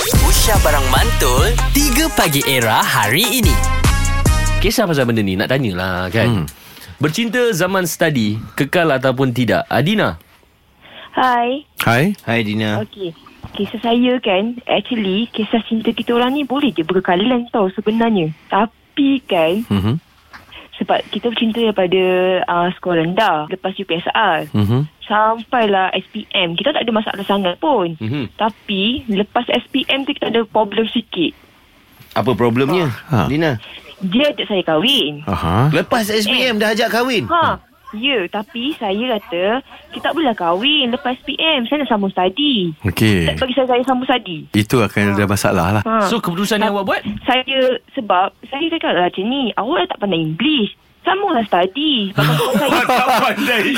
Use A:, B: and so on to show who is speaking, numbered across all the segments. A: Aisyah Barang Mantul 3 Pagi Era hari ini
B: Kisah pasal benda ni Nak tanyalah kan hmm. Bercinta zaman study Kekal ataupun tidak Adina
C: Hai.
D: Hai.
A: Hai Dina
C: Okey. Kisah saya kan, actually kisah cinta kita orang ni boleh je berkalian tau sebenarnya. Tapi kan,
D: Mhm.
C: sebab kita bercinta daripada uh, sekolah rendah, lepas UPSR.
D: Mhm.
C: Sampailah SPM Kita tak ada masalah sangat pun
B: Mhm.
C: Tapi Lepas SPM tu kita ada problem sikit
A: Apa problemnya
D: Ha.
A: Dina
C: Dia ajak saya kahwin
D: Aha.
A: Lepas SPM dah ajak kahwin
C: Ha Ya tapi saya kata Kita tak boleh lah kahwin Lepas SPM Saya nak sambung study
D: Okey.
C: Bagi saya saya sambung study
D: Itu akan ada masalah lah.
C: ha.
B: So keputusan yang awak buat
C: Saya sebab saya cakap lah macam ni, awak dah tak pandai English. Sambunglah study. Sebab kakak saya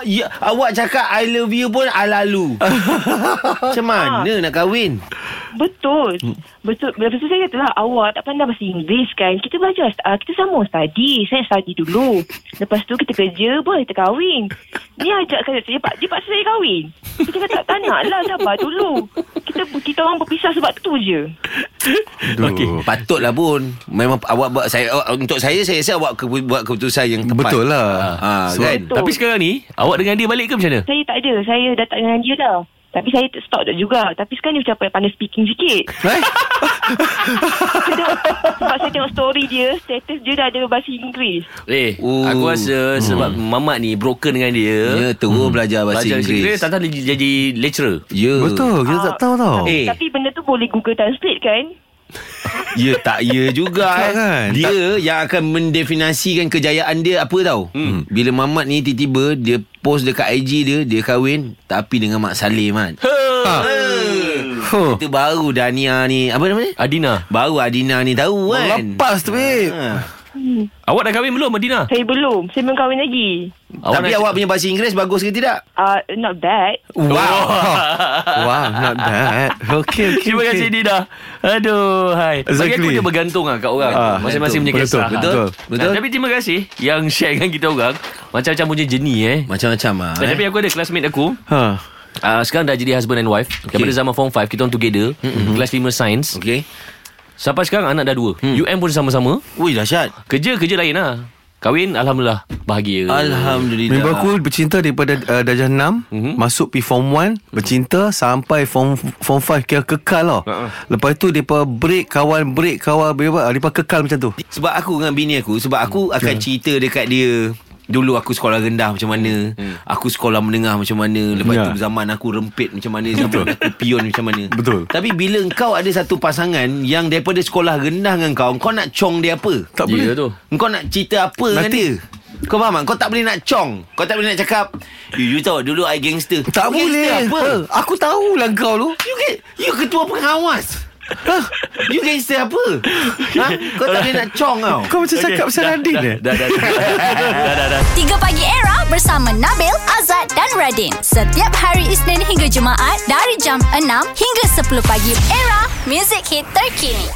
A: ya, Awak cakap I love you pun alalu Macam mana nak kahwin
C: betul. Betul. Lepas tu saya kata lah, awak tak pandai bahasa Inggeris kan. Kita belajar, uh, kita sambung study. Saya study dulu. Lepas tu kita kerja, boleh kita kahwin. Ni ajak saya, dia, pak, dia paksa saya kahwin. Kita kata tak nak lah, sabar dulu. Kita kita orang berpisah sebab tu je.
D: Aduh.
B: Okey.
A: Patutlah pun Memang awak buat saya awak- Untuk saya Saya rasa awak ke, buat keputusan yang tepat
D: Betul lah.
A: ha,
B: Ah.
D: So-
A: kan?
C: Betul.
B: Tapi sekarang ni Awak dengan dia balik ke macam mana
C: Saya tak ada, saya dah tak dengan dia dah. Tapi saya stop dah juga. Tapi sekarang dia macam pandai speaking sikit.
D: Hai.
C: Tengok- Sebab saya tengok story dia Status dia dah ada bahasa Inggeris
B: Eh
A: Oh.
B: Aku rasa Sebab mamak ni Broken dengan dia
D: hmm.
A: Ya terus belajar bahasa
B: Belajar
A: Inggeris
B: Tak tahu dia jadi lecturer
A: Ya
D: Betul. Kita tak
C: Ah,
D: tahu tau.
B: Oh.
A: Eh.
C: Tapi benda tu boleh Google Translate kan
A: Ya tak ya juga eh.
D: Tak kan?
A: Dia yang akan mendefinasikan kejayaan dia apa tau hmm. Bila Mamat ni tiba-tiba Dia post dekat IG dia Dia kahwin Tapi dengan Mak Salim kan
D: Ha. Huh.
A: Itu baru Dania ni Apa nama ni?
B: Adina
A: Baru Adina ni tahu kan
D: Lepas tu, babe.
B: Ah.
A: Ha.
B: Awak dah kahwin belum Adina
C: Saya belum Saya belum kahwin lagi
A: Tapi
B: nak-
A: awak punya bahasa Inggeris Bagus ke tidak?
C: uh, Not bad
A: Wow
D: Wow, not bad. Okay, okay.
B: Oh. Terima kasih
D: okay.
B: Dina Aduh Hai Bagi aku
D: Exactly.
B: dia bergantung lah kat orang
D: Ah,
B: Masing-masing punya
D: betul,
B: kisah
D: betul,
B: Ah.
A: betul.
B: Nah, Tapi terima kasih Yang share dengan kita orang Macam-macam punya jenis eh
A: Macam-macam lah
B: Nah, Tapi
A: eh.
B: aku ada classmate aku
D: Ha.
B: Uh, sekarang dah jadi husband and wife okay. Daripada zaman form 5 Kita orang together mm-hmm. Kelas 5 science okay.
A: Okay
B: Sampai sekarang anak dah dua hmm. UM pun sama-sama
A: Ui dahsyat
B: Kerja-kerja lain lah Kahwin Alhamdulillah Bahagia
A: Alhamdulillah
D: Member aku bercinta daripada uh, darjah 6
B: Mhm.
D: Masuk P form 1 Bercinta sampai form form 5 Kira kekal lah
B: Ha, ha.
D: Lepas tu mereka break kawan Break kawan Mereka mereka kekal macam tu
A: Sebab aku dengan bini aku Sebab aku
D: Hmm.
A: akan cerita dekat dia Dulu aku sekolah rendah macam mana hmm. Aku sekolah menengah macam mana Lepas yeah.
D: Ya.
A: tu zaman aku rempit macam mana Zaman aku pion macam mana
D: Betul.
A: Tapi bila kau ada satu pasangan Yang daripada sekolah rendah dengan kau Kau nak cong dia apa?
D: Tak
B: Dia
D: boleh
B: tu
A: Kau nak cerita apa Nanti. dengan
D: Nanti-
A: dia? Kau faham tak? Kau tak boleh nak cong Kau tak boleh nak cakap You, you tahu dulu I gangster
D: Tak
A: You
D: boleh
A: gangster
D: apa? Aku tahu lah kau tu
A: You get, you ketua pengawas Hah? You gangster apa? Ha? Kau tak boleh nak cong tau
D: Kau macam cakap pasal Radin eh
B: Dah dah dah, dah, dah, dah.
E: 3 Pagi Era bersama Nabil, Azad dan Radin. Setiap hari Isnin hingga Jumaat dari jam 6 hingga 10 pagi. Era, music hit terkini.